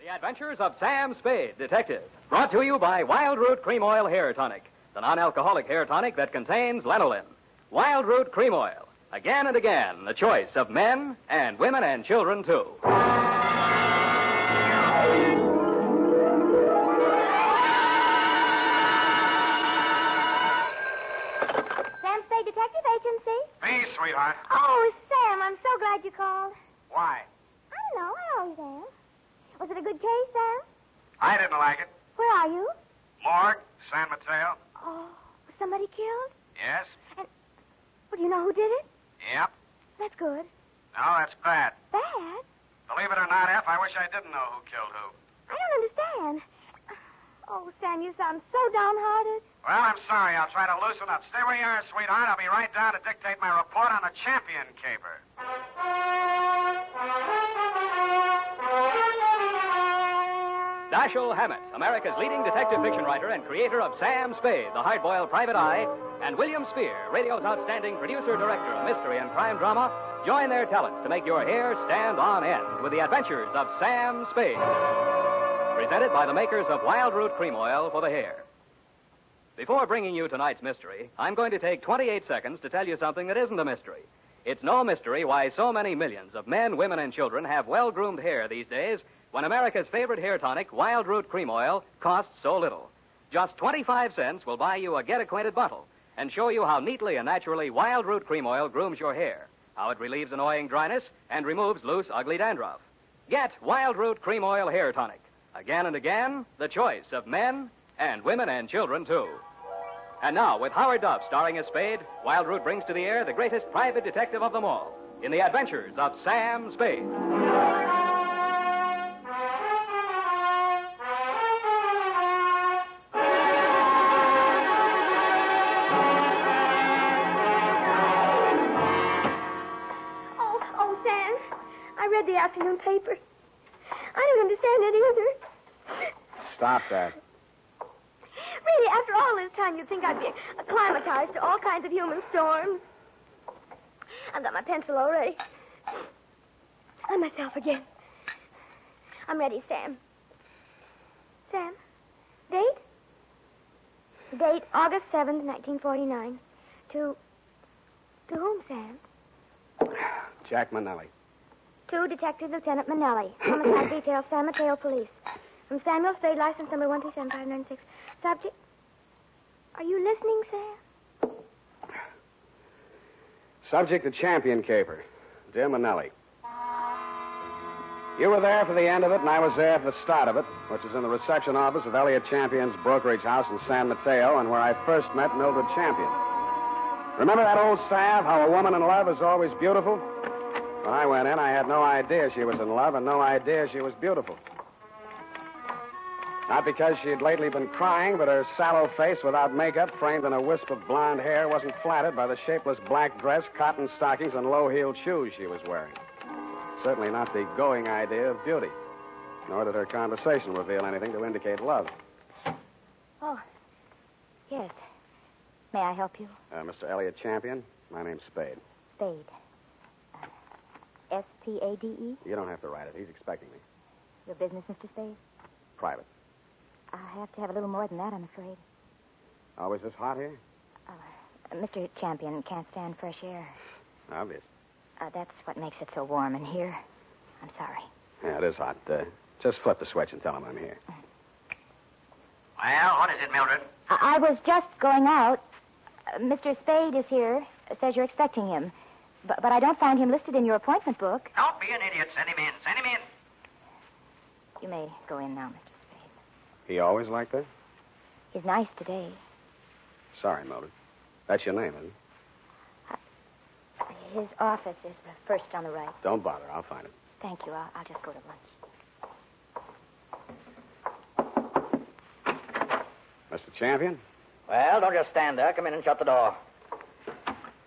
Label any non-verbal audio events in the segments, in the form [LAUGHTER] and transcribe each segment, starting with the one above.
The Adventures of Sam Spade, Detective. Brought to you by Wild Root Cream Oil Hair Tonic, the non alcoholic hair tonic that contains lanolin. Wild Root Cream Oil. Again and again, the choice of men and women and children, too. Sam Spade Detective Agency? Me, sweetheart. Oh, Sam, I'm so glad you called. Why? I don't know. I always am. Was it a good case, Sam? I didn't like it. Where are you? Morgue, San Mateo. Oh, was somebody killed? Yes? Well, do you know who did it? Yep. That's good. No, that's bad. Bad? Believe it or not, F, I wish I didn't know who killed who. I don't understand. Oh, Sam, you sound so downhearted. Well, I'm sorry. I'll try to loosen up. Stay where you are, sweetheart. I'll be right down to dictate my report on the champion caper. Dashiell Hammett, America's leading detective fiction writer and creator of Sam Spade, The Hardboiled Private Eye, and William Spear, radio's outstanding producer director of mystery and crime drama, join their talents to make your hair stand on end with the adventures of Sam Spade. Presented by the makers of Wild Root Cream Oil for the hair. Before bringing you tonight's mystery, I'm going to take 28 seconds to tell you something that isn't a mystery. It's no mystery why so many millions of men, women, and children have well groomed hair these days when America's favorite hair tonic, Wild Root Cream Oil, costs so little. Just 25 cents will buy you a get acquainted bottle and show you how neatly and naturally Wild Root Cream Oil grooms your hair, how it relieves annoying dryness and removes loose, ugly dandruff. Get Wild Root Cream Oil Hair Tonic. Again and again, the choice of men and women and children, too. And now, with Howard Duff starring as Spade, Wild Root brings to the air the greatest private detective of them all in the adventures of Sam Spade. Oh, oh, Sam, I read the afternoon paper. I don't understand it either. Stop that. Really, after all this time, you'd think I'd be acclimatized to all kinds of human storms. I've got my pencil already. I'm myself again. I'm ready, Sam. Sam, date? Date August 7th, 1949. To. To whom, Sam? Jack Manelli. To Detective Lieutenant Manelli, [COUGHS] Homicide Detail, San Mateo Police. From Samuel Spade, license number 127596. Subject. Are you listening, Sam? Subject the champion caper. Dear Manelli. You were there for the end of it, and I was there for the start of it, which is in the reception office of Elliot Champion's brokerage house in San Mateo, and where I first met Mildred Champion. Remember that old salve, how a woman in love is always beautiful? When I went in, I had no idea she was in love and no idea she was beautiful. Not because she had lately been crying, but her sallow face without makeup, framed in a wisp of blonde hair, wasn't flattered by the shapeless black dress, cotton stockings, and low heeled shoes she was wearing. Certainly not the going idea of beauty, nor did her conversation reveal anything to indicate love. Oh, yes. May I help you? Uh, Mr. Elliot Champion, my name's Spade. Spade. Uh, S P A D E? You don't have to write it. He's expecting me. Your business, Mr. Spade? Private. I have to have a little more than that, I'm afraid. Always this hot here? Uh, Mr. Champion can't stand fresh air. Obvious. Uh, that's what makes it so warm in here. I'm sorry. Yeah, it is hot. Uh, just flip the switch and tell him I'm here. Well, what is it, Mildred? I, I was just going out. Uh, Mr. Spade is here. Says you're expecting him. But, but I don't find him listed in your appointment book. Don't be an idiot. Send him in. Send him in. You may go in now, Mr. Spade. He always like that? He's nice today. Sorry, Mildred. That's your name, isn't it? His office is the first on the right. Don't bother. I'll find it. Thank you. I'll, I'll just go to lunch. Mr. Champion? Well, don't just stand there. Come in and shut the door.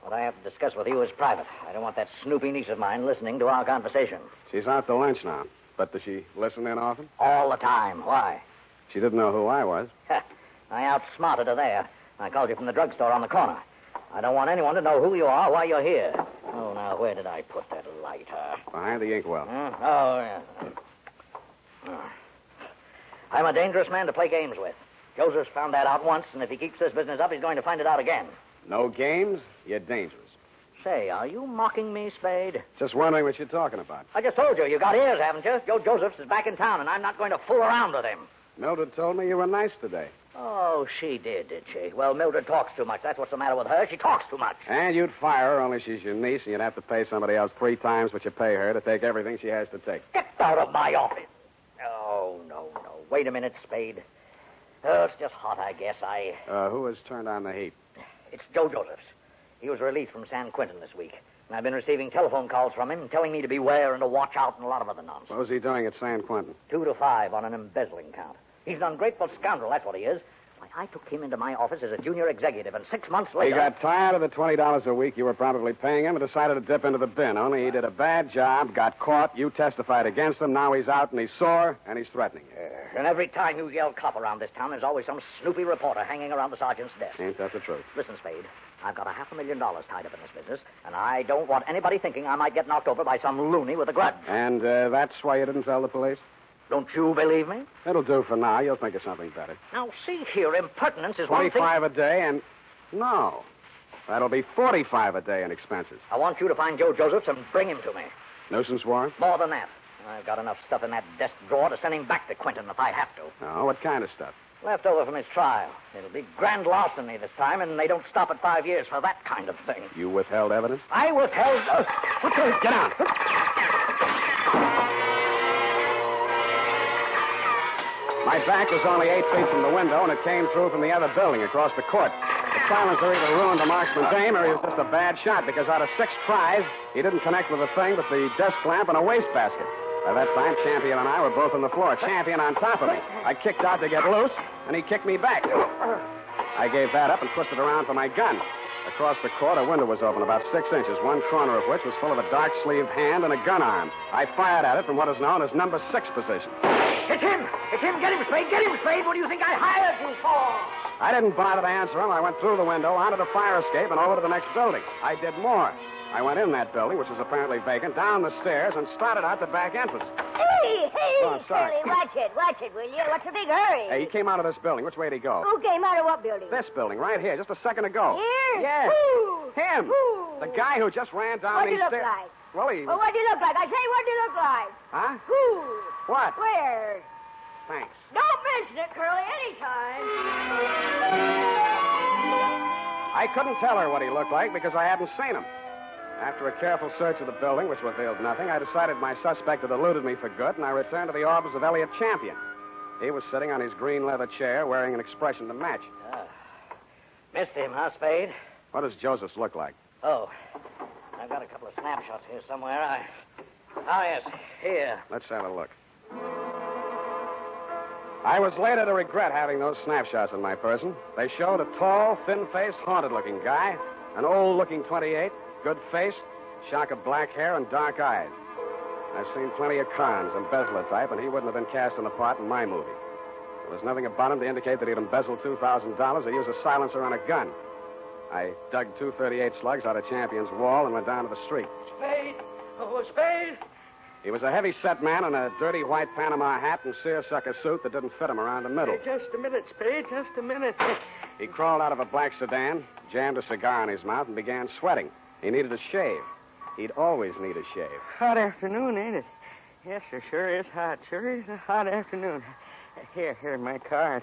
What I have to discuss with you is private. I don't want that snoopy niece of mine listening to our conversation. She's out to lunch now. But does she listen in often? All the time. Why? [LAUGHS] She didn't know who I was. I outsmarted her there. I called you from the drugstore on the corner. I don't want anyone to know who you are, why you're here. Oh, now, where did I put that lighter? Behind the inkwell. Hmm? Oh, yeah. Ah. I'm a dangerous man to play games with. Joseph's found that out once, and if he keeps this business up, he's going to find it out again. No games? You're dangerous. Say, are you mocking me, Spade? Just wondering what you're talking about. I just told you, you got ears, haven't you? Joe Josephs is back in town, and I'm not going to fool around with him. Mildred told me you were nice today. Oh, she did, did she? Well, Mildred talks too much. That's what's the matter with her. She talks too much. And you'd fire her, only she's your niece, and you'd have to pay somebody else three times what you pay her to take everything she has to take. Get out of my office. Oh, no, no. Wait a minute, Spade. Oh, it's just hot, I guess. I. Uh, who has turned on the heat? It's Joe Josephs. He was released from San Quentin this week. And I've been receiving telephone calls from him telling me to beware and to watch out and a lot of other nonsense. What was he doing at San Quentin? Two to five on an embezzling count. He's an ungrateful scoundrel, that's what he is. Why, I took him into my office as a junior executive, and six months He later. got tired of the $20 a week you were probably paying him and decided to dip into the bin. Only he did a bad job, got caught, you testified against him, now he's out and he's sore, and he's threatening you. And every time you yell cop around this town, there's always some snoopy reporter hanging around the sergeant's desk. Ain't that the truth? Listen, Spade, I've got a half a million dollars tied up in this business, and I don't want anybody thinking I might get knocked over by some loony with a grudge. And uh, that's why you didn't tell the police? Don't you believe me? It'll do for now. You'll think of something better. Now, see here, impertinence is one thing. 25 a day and. No. That'll be 45 a day in expenses. I want you to find Joe Josephs and bring him to me. Nuisance warrant? More than that. I've got enough stuff in that desk drawer to send him back to Quentin if I have to. No. What kind of stuff? Left over from his trial. It'll be grand larceny this time, and they don't stop at five years for that kind of thing. You withheld evidence? I withheld. Uh, what the- Get out. My back was only eight feet from the window, and it came through from the other building across the court. The silencer either ruined the marksman's aim, or he was just a bad shot because out of six tries, he didn't connect with a thing but the desk lamp and a wastebasket. By that time, Champion and I were both on the floor, Champion on top of me. I kicked out to get loose, and he kicked me back. I gave that up and twisted around for my gun. Across the court, a window was open about six inches, one corner of which was full of a dark sleeved hand and a gun arm. I fired at it from what is known as number six position. It's him! It's him! Get him, Spade! Get him, Spade! What do you think I hired you for? I didn't bother to answer him. I went through the window, onto the fire escape, and over to the next building. I did more. I went in that building, which was apparently vacant, down the stairs, and started out the back entrance. Hey, hey, Oh, I'm sorry. Shirley, watch it, watch it, will you? What's the big hurry? Hey, he came out of this building. Which way did he go? Okay, matter what building? This building, right here, just a second ago. Here? Yes. Who? Him. Who? The guy who just ran down What'd he these look stairs. like? Well, he. Oh, what do you look like? I tell you, what do you look like? Huh? Who? What? Where? Thanks. Don't mention it, Curly, anytime. I couldn't tell her what he looked like because I hadn't seen him. After a careful search of the building, which revealed nothing, I decided my suspect had eluded me for good, and I returned to the office of Elliot Champion. He was sitting on his green leather chair, wearing an expression to match. Missed him, huh, Spade? What does Josephs look like? Oh, I've got a couple of snapshots here somewhere. I. Oh, yes, here. Let's have a look. I was later to regret having those snapshots in my person. They showed a tall, thin faced, haunted looking guy, an old looking 28, good face, shock of black hair, and dark eyes. I've seen plenty of cons, embezzler type, and he wouldn't have been cast in a part in my movie. There was nothing about him to indicate that he'd embezzled $2,000 or used a silencer on a gun. I dug two 38 slugs out of Champion's wall and went down to the street. Spade! Oh, Spade! He was a heavy set man in a dirty white Panama hat and seersucker suit that didn't fit him around the middle. Just a minute, Spade. Just a minute. He crawled out of a black sedan, jammed a cigar in his mouth, and began sweating. He needed a shave. He'd always need a shave. Hot afternoon, ain't it? Yes, sir. Sure is hot. Sure is a hot afternoon. Here, here, my card.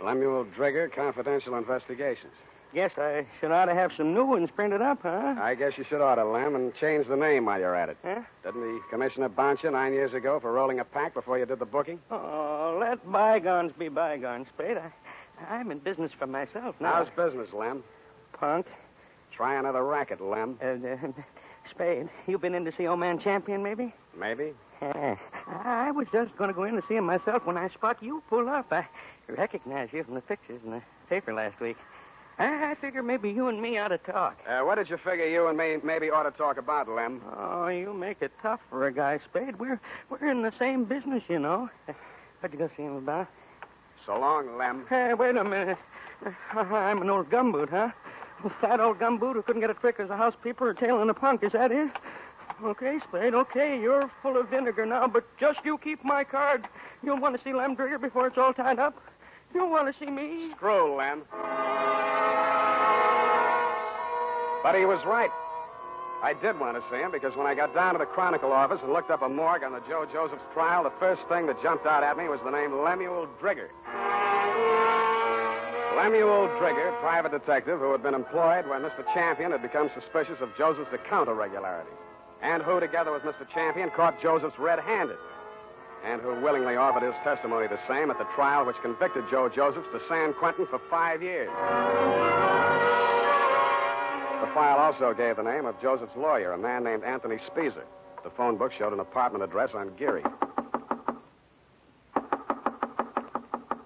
Lemuel Drigger, Confidential Investigations. Guess I should ought to have some new ones printed up, huh? I guess you should order Lem and change the name while you're at it. Huh? Didn't the commissioner bounce you nine years ago for rolling a pack before you did the booking? Oh, let bygones be bygones, Spade. I, I'm in business for myself now. How's business, Lem? punk? Try another racket, Lem. Uh, uh, Spade, you been in to see old man Champion, maybe? Maybe. Uh, I was just going to go in to see him myself when I spot you pull up. I recognize you from the pictures in the paper last week. I, I figure maybe you and me ought to talk. Uh, what did you figure you and me maybe ought to talk about, Lem? Oh, you make it tough for a guy, Spade. We're we're in the same business, you know. What'd you go see him about? So long, Lem. Hey, wait a minute. I'm an old gumboot, huh? Fat old gumboot who couldn't get a trick as a housekeeper or tail in a punk. Is that it? Okay, Spade. Okay, you're full of vinegar now, but just you keep my card. You'll want to see Lemdrigger before it's all tied up. You'll want to see me. Stroll, Lem. But he was right. I did want to see him because when I got down to the Chronicle office and looked up a morgue on the Joe Josephs trial, the first thing that jumped out at me was the name Lemuel Drigger. Lemuel Drigger, private detective who had been employed when Mr. Champion had become suspicious of Joseph's account irregularities, and who, together with Mr. Champion, caught Joseph's red handed, and who willingly offered his testimony the same at the trial which convicted Joe Josephs to San Quentin for five years. The file also gave the name of Joseph's lawyer, a man named Anthony Speezer. The phone book showed an apartment address on Geary.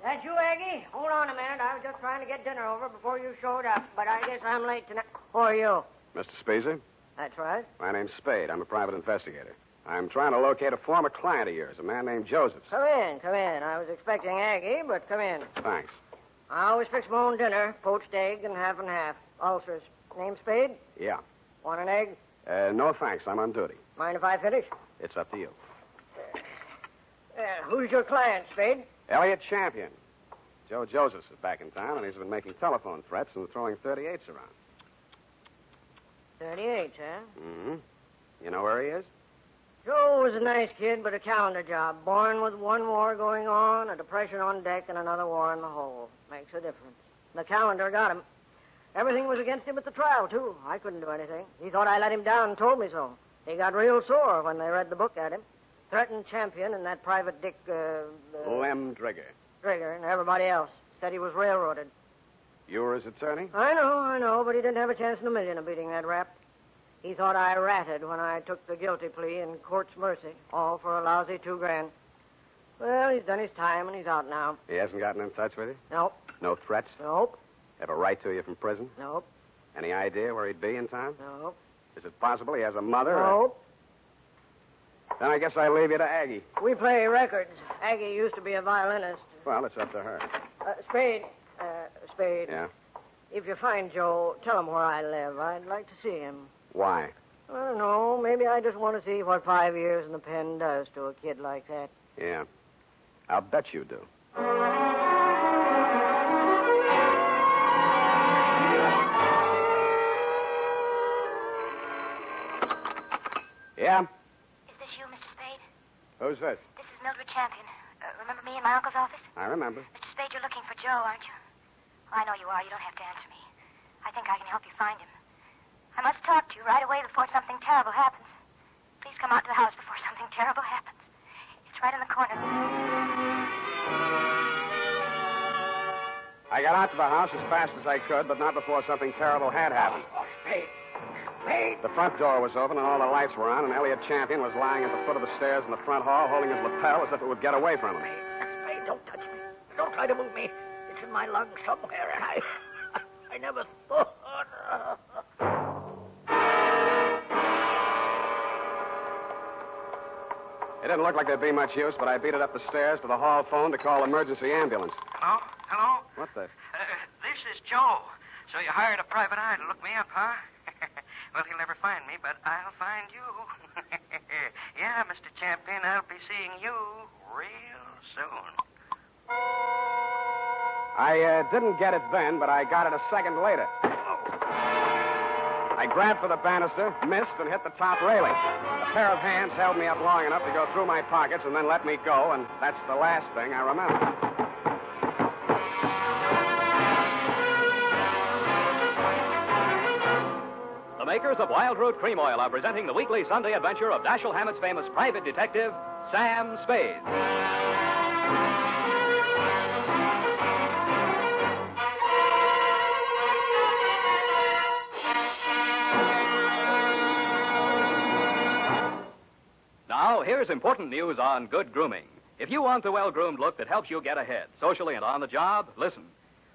That you, Aggie? Hold on a minute. I was just trying to get dinner over before you showed up, but I guess I'm late tonight. Who are you? Mr. Speezer, That's right. my name's Spade. I'm a private investigator. I'm trying to locate a former client of yours, a man named Josephs. Come in, come in. I was expecting Aggie, but come in. Thanks. I always fix my own dinner poached egg and half and half. Ulcers. Name Spade? Yeah. Want an egg? Uh, no thanks. I'm on duty. Mind if I finish? It's up to you. Uh, who's your client, Spade? Elliot Champion. Joe Josephs is back in town, and he's been making telephone threats and throwing 38s around. 38, huh? Mm-hmm. You know where he is? Joe was a nice kid, but a calendar job. Born with one war going on, a depression on deck, and another war in the hole. Makes a difference. The calendar got him. Everything was against him at the trial, too. I couldn't do anything. He thought I let him down and told me so. He got real sore when they read the book at him. Threatened Champion and that private Dick uh, uh, Lem Drigger. Trigger and everybody else. Said he was railroaded. You were his attorney? I know, I know, but he didn't have a chance in a million of beating that rap. He thought I ratted when I took the guilty plea in court's mercy, all for a lousy two grand. Well, he's done his time and he's out now. He hasn't gotten in touch with you? Nope, No threats? nope, Ever write to you from prison? nope, Any idea where he'd be in town? nope, Is it possible he has a mother? or- nope. Then I guess I leave you to Aggie. We play records. Aggie used to be a violinist. Well, it's up to her. Uh, Spade, uh, Spade, Yeah? if you find Joe, tell him where I live. I'd like to see him. Why? I don't know. Maybe I just want to see what five years in the pen does to a kid like that. Yeah. I'll bet you do. Yeah? Is this you, Mr. Spade? Who's this? This is Mildred Champion. Uh, remember me in my uncle's office? I remember. Mr. Spade, you're looking for Joe, aren't you? Well, I know you are. You don't have to answer me. I think I can help you find him. I must talk to you right away before something terrible happens. Please come out to the house before [LAUGHS] something terrible happens. It's right in the corner. I got out to the house as fast as I could, but not before something terrible had happened. The front door was open and all the lights were on, and Elliot Champion was lying at the foot of the stairs in the front hall holding his lapel as if it would get away from him. Spade, don't touch me. Don't try to move me. It's in my lungs somewhere, and I. I never thought. It didn't look like there'd be much use, but I beat it up the stairs to the hall phone to call emergency ambulance. Hello? Hello? What the? Uh, this is Joe. So you hired a private eye to look me up, huh? [LAUGHS] well, he'll never find me, but I'll find you. [LAUGHS] yeah, Mr. Champion, I'll be seeing you real soon. I uh, didn't get it then, but I got it a second later. I grabbed for the banister, missed, and hit the top railing. A pair of hands held me up long enough to go through my pockets and then let me go, and that's the last thing I remember. The makers of Wild Root Cream Oil are presenting the weekly Sunday adventure of Dashiell Hammett's famous private detective, Sam Spade. Now, here's important news on good grooming. If you want the well groomed look that helps you get ahead, socially and on the job, listen.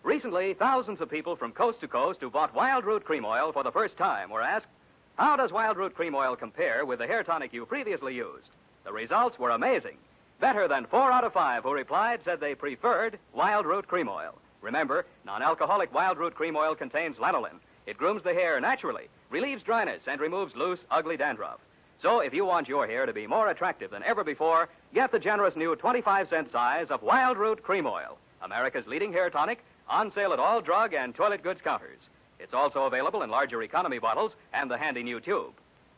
Recently, thousands of people from coast to coast who bought Wild Root Cream Oil for the first time were asked, How does Wild Root Cream Oil compare with the hair tonic you previously used? The results were amazing. Better than four out of five who replied said they preferred Wild Root Cream Oil. Remember, non alcoholic Wild Root Cream Oil contains lanolin. It grooms the hair naturally, relieves dryness, and removes loose, ugly dandruff. So if you want your hair to be more attractive than ever before, get the generous new 25 cent size of Wild Root Cream Oil, America's leading hair tonic, on sale at all drug and toilet goods counters. It's also available in larger economy bottles and the handy new tube.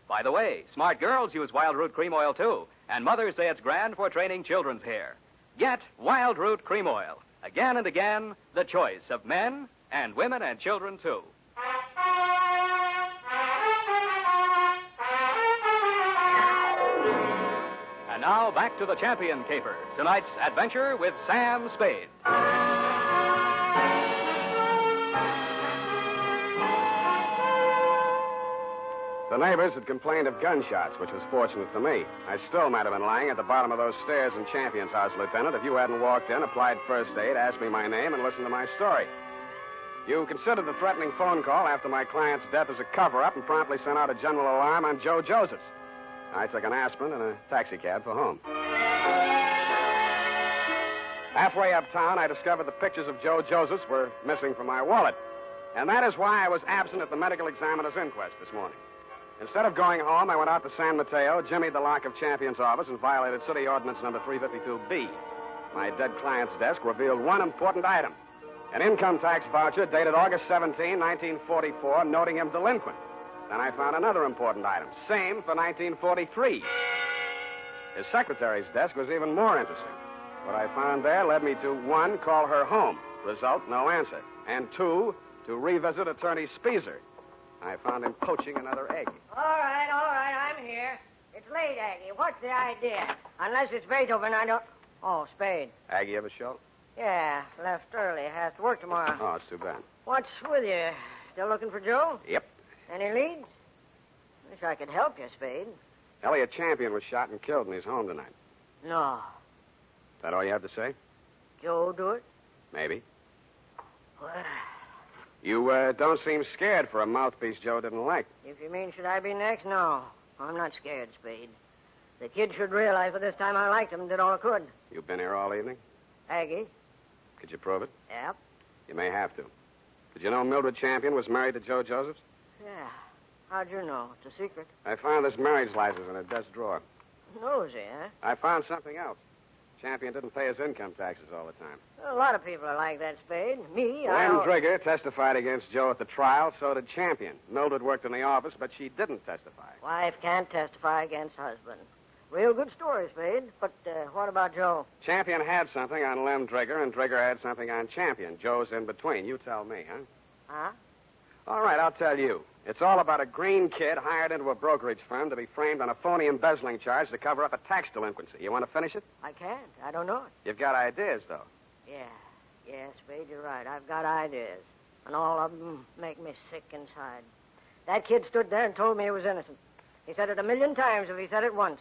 By the way, smart girls use Wild Root Cream Oil too, and mothers say it's grand for training children's hair. Get Wild Root Cream Oil. Again and again, the choice of men and women and children too. And now back to the champion caper. Tonight's adventure with Sam Spade. The neighbors had complained of gunshots, which was fortunate for me. I still might have been lying at the bottom of those stairs in Champion's house, Lieutenant, if you hadn't walked in, applied first aid, asked me my name, and listened to my story. You considered the threatening phone call after my client's death as a cover up and promptly sent out a general alarm on Joe Josephs. I took an aspirin and a taxicab for home. Halfway uptown, I discovered the pictures of Joe Josephs were missing from my wallet. And that is why I was absent at the medical examiner's inquest this morning. Instead of going home, I went out to San Mateo, jimmied the lock of Champion's office, and violated city ordinance number 352B. My dead client's desk revealed one important item an income tax voucher dated August 17, 1944, noting him delinquent. Then I found another important item, same for 1943. His secretary's desk was even more interesting. What I found there led me to one, call her home. Result, no answer. And two, to revisit attorney Speezer. I found him poaching another egg. All right, all right, I'm here. It's late, Aggie. What's the idea? Unless it's Beethoven, I don't. Oh, Spade. Aggie ever show? Yeah, left early. Has to work tomorrow. Oh, it's too bad. What's with you? Still looking for Joe? Yep. Any leads? Wish I could help you, Spade. Elliot Champion was shot and killed, and he's home tonight. No. Is that all you have to say? Joe do it? Maybe. Well, You uh, don't seem scared for a mouthpiece Joe didn't like. if you mean should I be next, no. I'm not scared, Spade. The kid should realize by this time I liked him, did all I could. You've been here all evening. Aggie? Could you prove it? Yep. You may have to. Did you know Mildred Champion was married to Joe Josephs? Yeah. How'd you know? It's a secret. I found this marriage license in a desk drawer. Nosy, eh? huh? I found something else. Champion didn't pay his income taxes all the time. A lot of people are like that, Spade. Me, I. Lem al- Drigger testified against Joe at the trial, so did Champion. Mildred worked in the office, but she didn't testify. Wife can't testify against husband. Real good story, Spade. But uh, what about Joe? Champion had something on Lem Drigger, and Drigger had something on Champion. Joe's in between. You tell me, huh? Huh? All right, I'll tell you. It's all about a green kid hired into a brokerage firm to be framed on a phony embezzling charge to cover up a tax delinquency. You want to finish it? I can't. I don't know it. You've got ideas, though. Yeah. Yeah, Spade, you're right. I've got ideas. And all of them make me sick inside. That kid stood there and told me he was innocent. He said it a million times if he said it once.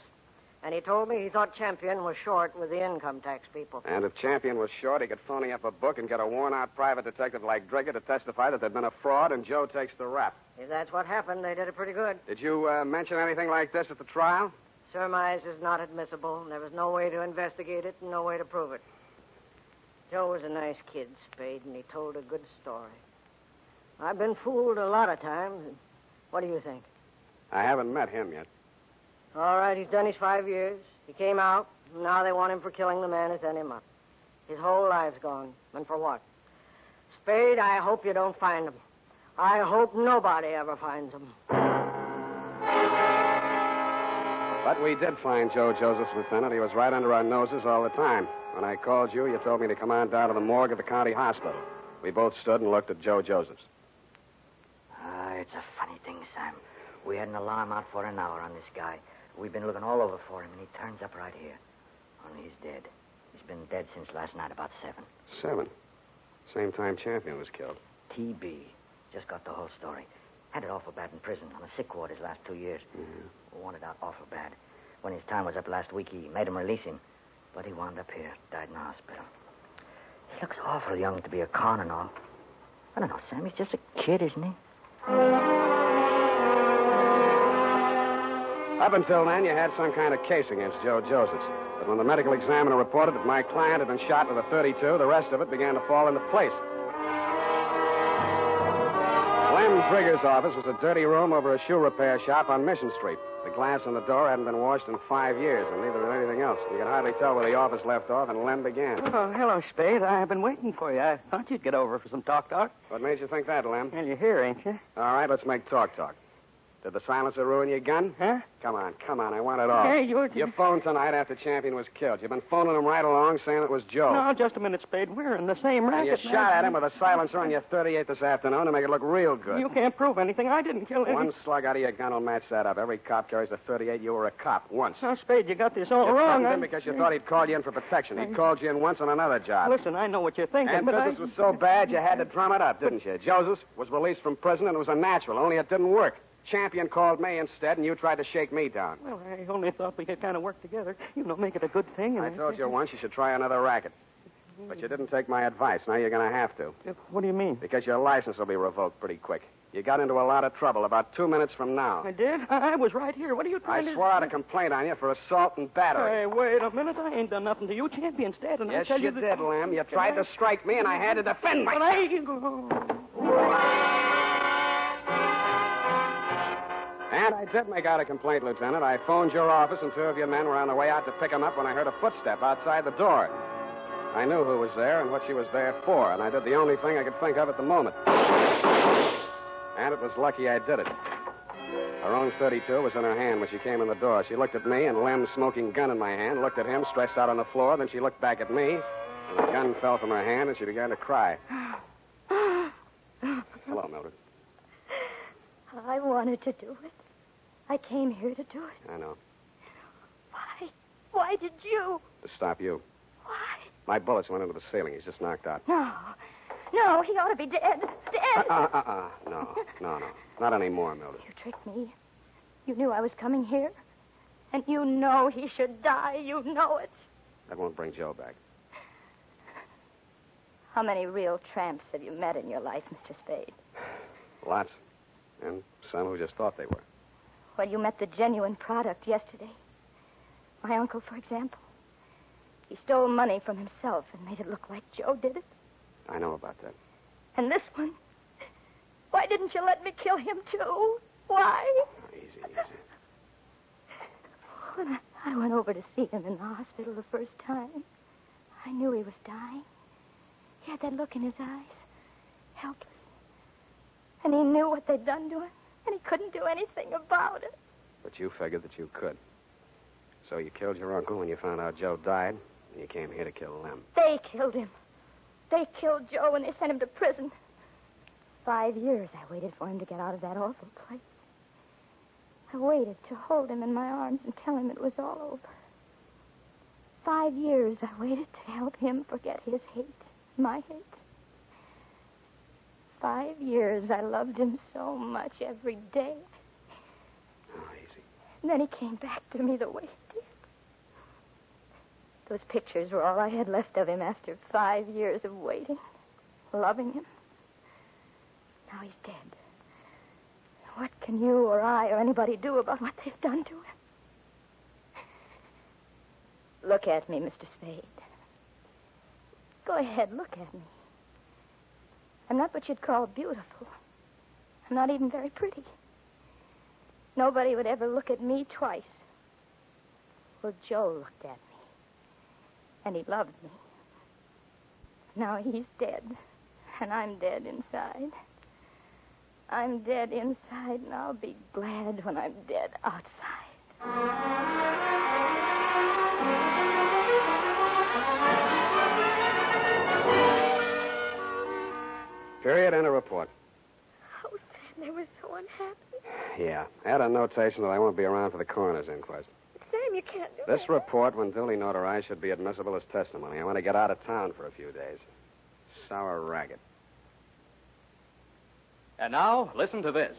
And he told me he thought Champion was short with the income tax people. And if Champion was short, he could phony up a book and get a worn out private detective like Drigger to testify that there'd been a fraud, and Joe takes the rap. If that's what happened, they did it pretty good. Did you uh, mention anything like this at the trial? Surmise is not admissible. and There was no way to investigate it and no way to prove it. Joe was a nice kid, Spade, and he told a good story. I've been fooled a lot of times. What do you think? I haven't met him yet. All right, he's done his five years. He came out. Now they want him for killing the man who sent him up. His whole life's gone. And for what? Spade, I hope you don't find him. I hope nobody ever finds him. But we did find Joe Josephs, Lieutenant. He was right under our noses all the time. When I called you, you told me to come on down to the morgue at the county hospital. We both stood and looked at Joe Josephs. Ah, it's a funny thing, Sam. We had an alarm out for an hour on this guy. We've been looking all over for him, and he turns up right here. Only he's dead. He's been dead since last night, about seven. Seven. Same time Champion was killed. TB. Just got the whole story. Had it awful bad in prison, on the sick ward his last two years. Mm-hmm. Wanted out awful bad. When his time was up last week, he made him release him. But he wound up here, died in the hospital. He looks awful young to be a con and all. I don't know, Sam. He's just a kid, isn't he? Up until then, you had some kind of case against Joe Josephs. But when the medical examiner reported that my client had been shot with a 32, the rest of it began to fall into place. Lem Krieger's office was a dirty room over a shoe repair shop on Mission Street. The glass on the door hadn't been washed in five years, and neither had anything else. You could hardly tell where the office left off and Lem began. Oh, hello, Spade. I've been waiting for you. I thought you'd get over for some talk talk. What made you think that, Lem? Well, you're here, ain't you? All right, let's make talk talk. Did the silencer ruin your gun? Huh? Come on, come on. I want it all. Hey, you're. Your phone tonight after Champion was killed. You've been phoning him right along saying it was Joe. No, just a minute, Spade. We're in the same and racket. Oh. you now. shot at him with a silencer on your 38 this afternoon to make it look real good. You can't prove anything. I didn't kill him. One slug out of your gun will match that up. Every cop carries a 38. You were a cop once. Now, Spade, you got this all you wrong. threatened I'm- him because you thought he'd called you in for protection. He called you in once on another job. Listen, I know what you're thinking, and but business I... was so bad you had to drum it up, didn't you? Joseph was released from prison and it was a natural, only it didn't work. Champion called me instead, and you tried to shake me down. Well, I only thought we could kind of work together. You know, make it a good thing. And I told you once you should try another racket. But you didn't take my advice. Now you're going to have to, What do you mean? because your license will be revoked pretty quick. You got into a lot of trouble about two minutes from now. I did. [LAUGHS] I I was right here. What are you I trying to? swore out a complaint on you for assault and battery. Hey, wait a minute. I ain't done nothing to you. Champion's dead, and Yes, I tell you you that... did, Lamb. You tried to strike me, and I had to defend But myself. I... And I did make out a complaint, Lieutenant. I phoned your office, and two of your men were on the way out to pick him up when I heard a footstep outside the door. I knew who was there and what she was there for, and I did the only thing I could think of at the moment. And it was lucky I did it. Her own 32 was in her hand when she came in the door. She looked at me and Lem's smoking gun in my hand, looked at him stretched out on the floor, then she looked back at me, and the gun fell from her hand, and she began to cry. [GASPS] Hello, Mildred. I wanted to do it. I came here to do it. I know. Why? Why did you? To stop you. Why? My bullets went into the ceiling. He's just knocked out. No. No, he ought to be dead. [LAUGHS] Dead. Uh-uh, uh-uh. No, no, no. Not anymore, Mildred. You tricked me. You knew I was coming here. And you know he should die. You know it. That won't bring Joe back. How many real tramps have you met in your life, Mr. Spade? Lots. And some who just thought they were. Well, you met the genuine product yesterday. My uncle, for example. He stole money from himself and made it look like Joe did it. I know about that. And this one. Why didn't you let me kill him, too? Why? Easy, easy. When I, I went over to see him in the hospital the first time, I knew he was dying. He had that look in his eyes, helpless. And he knew what they'd done to him, and he couldn't do anything about it. But you figured that you could. So you killed your uncle when you found out Joe died, and you came here to kill Lem. They killed him. They killed Joe, and they sent him to prison. Five years I waited for him to get out of that awful place. I waited to hold him in my arms and tell him it was all over. Five years I waited to help him forget his hate, my hate. Five years I loved him so much every day. Oh, easy. And then he came back to me the way he did. Those pictures were all I had left of him after five years of waiting, loving him. Now he's dead. What can you or I or anybody do about what they've done to him? Look at me, Mr. Spade. Go ahead, look at me. I'm not what you'd call beautiful. I'm not even very pretty. Nobody would ever look at me twice. Well, Joe looked at me. And he loved me. Now he's dead. And I'm dead inside. I'm dead inside, and I'll be glad when I'm dead outside. Period and a report. Oh, Sam, they were so unhappy. Yeah. Add a notation that I won't be around for the coroner's inquest. Sam, you can't do This report, when duly notarized, should be admissible as testimony. I want to get out of town for a few days. Sour racket. And now, listen to this.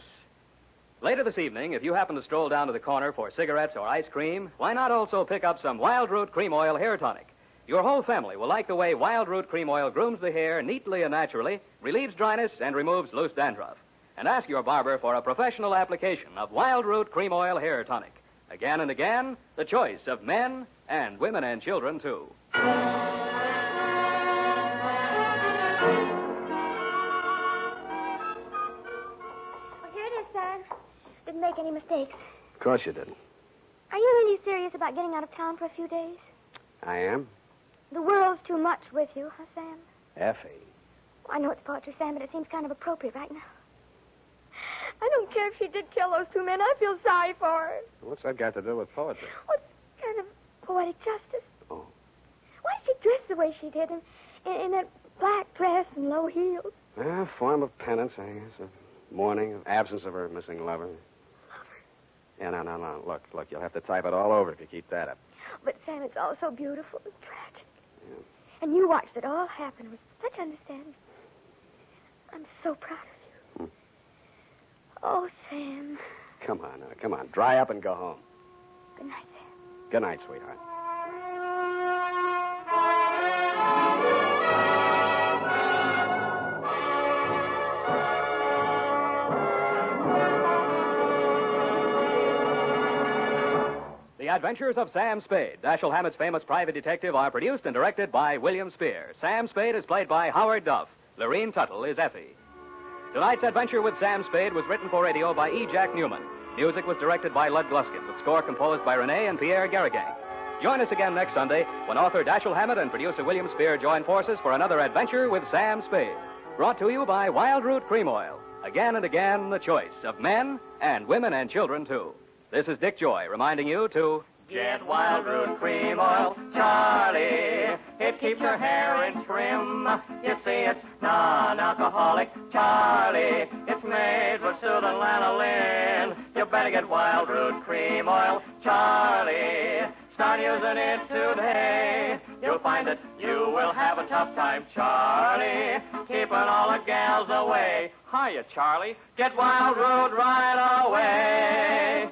Later this evening, if you happen to stroll down to the corner for cigarettes or ice cream, why not also pick up some Wild Root Cream Oil Hair Tonic? Your whole family will like the way Wild Root Cream Oil grooms the hair neatly and naturally, relieves dryness, and removes loose dandruff. And ask your barber for a professional application of Wild Root Cream Oil Hair Tonic. Again and again, the choice of men and women and children, too. mistake. Of course you did. Are you really serious about getting out of town for a few days? I am. The world's too much with you, huh, Sam? Effie. I know it's poetry, Sam, but it seems kind of appropriate right now. I don't care if she did kill those two men. I feel sorry for her. What's that got to do with poetry? Well, it's kind of poetic justice. Oh. Why did she dress the way she did in, in, in that black dress and low heels? Ah, form of penance, I guess. A mourning, absence of her missing lover. Yeah, no, no, no. Look, look, you'll have to type it all over if you keep that up. But, Sam, it's all so beautiful and tragic. And you watched it all happen with such understanding. I'm so proud of you. Oh, Sam. Come on, now, come on. Dry up and go home. Good night, Sam. Good night, sweetheart. The Adventures of Sam Spade, Dashiell Hammett's famous private detective, are produced and directed by William Spear. Sam Spade is played by Howard Duff. Lorene Tuttle is Effie. Tonight's adventure with Sam Spade was written for radio by E. Jack Newman. Music was directed by Lud Gluskin, with score composed by Renee and Pierre Garrigang. Join us again next Sunday when author Dashiell Hammett and producer William Spear join forces for another adventure with Sam Spade. Brought to you by Wild Root Cream Oil. Again and again, the choice of men and women and children, too. This is Dick Joy reminding you to get Wild Root Cream Oil, Charlie. It keeps your hair in trim. You see, it's non-alcoholic, Charlie. It's made with pseudolanolin. You better get Wild Root Cream Oil, Charlie. Start using it today. You'll find that you will have a tough time, Charlie. Keeping all the gals away. Hiya, Charlie. Get Wild Root right away.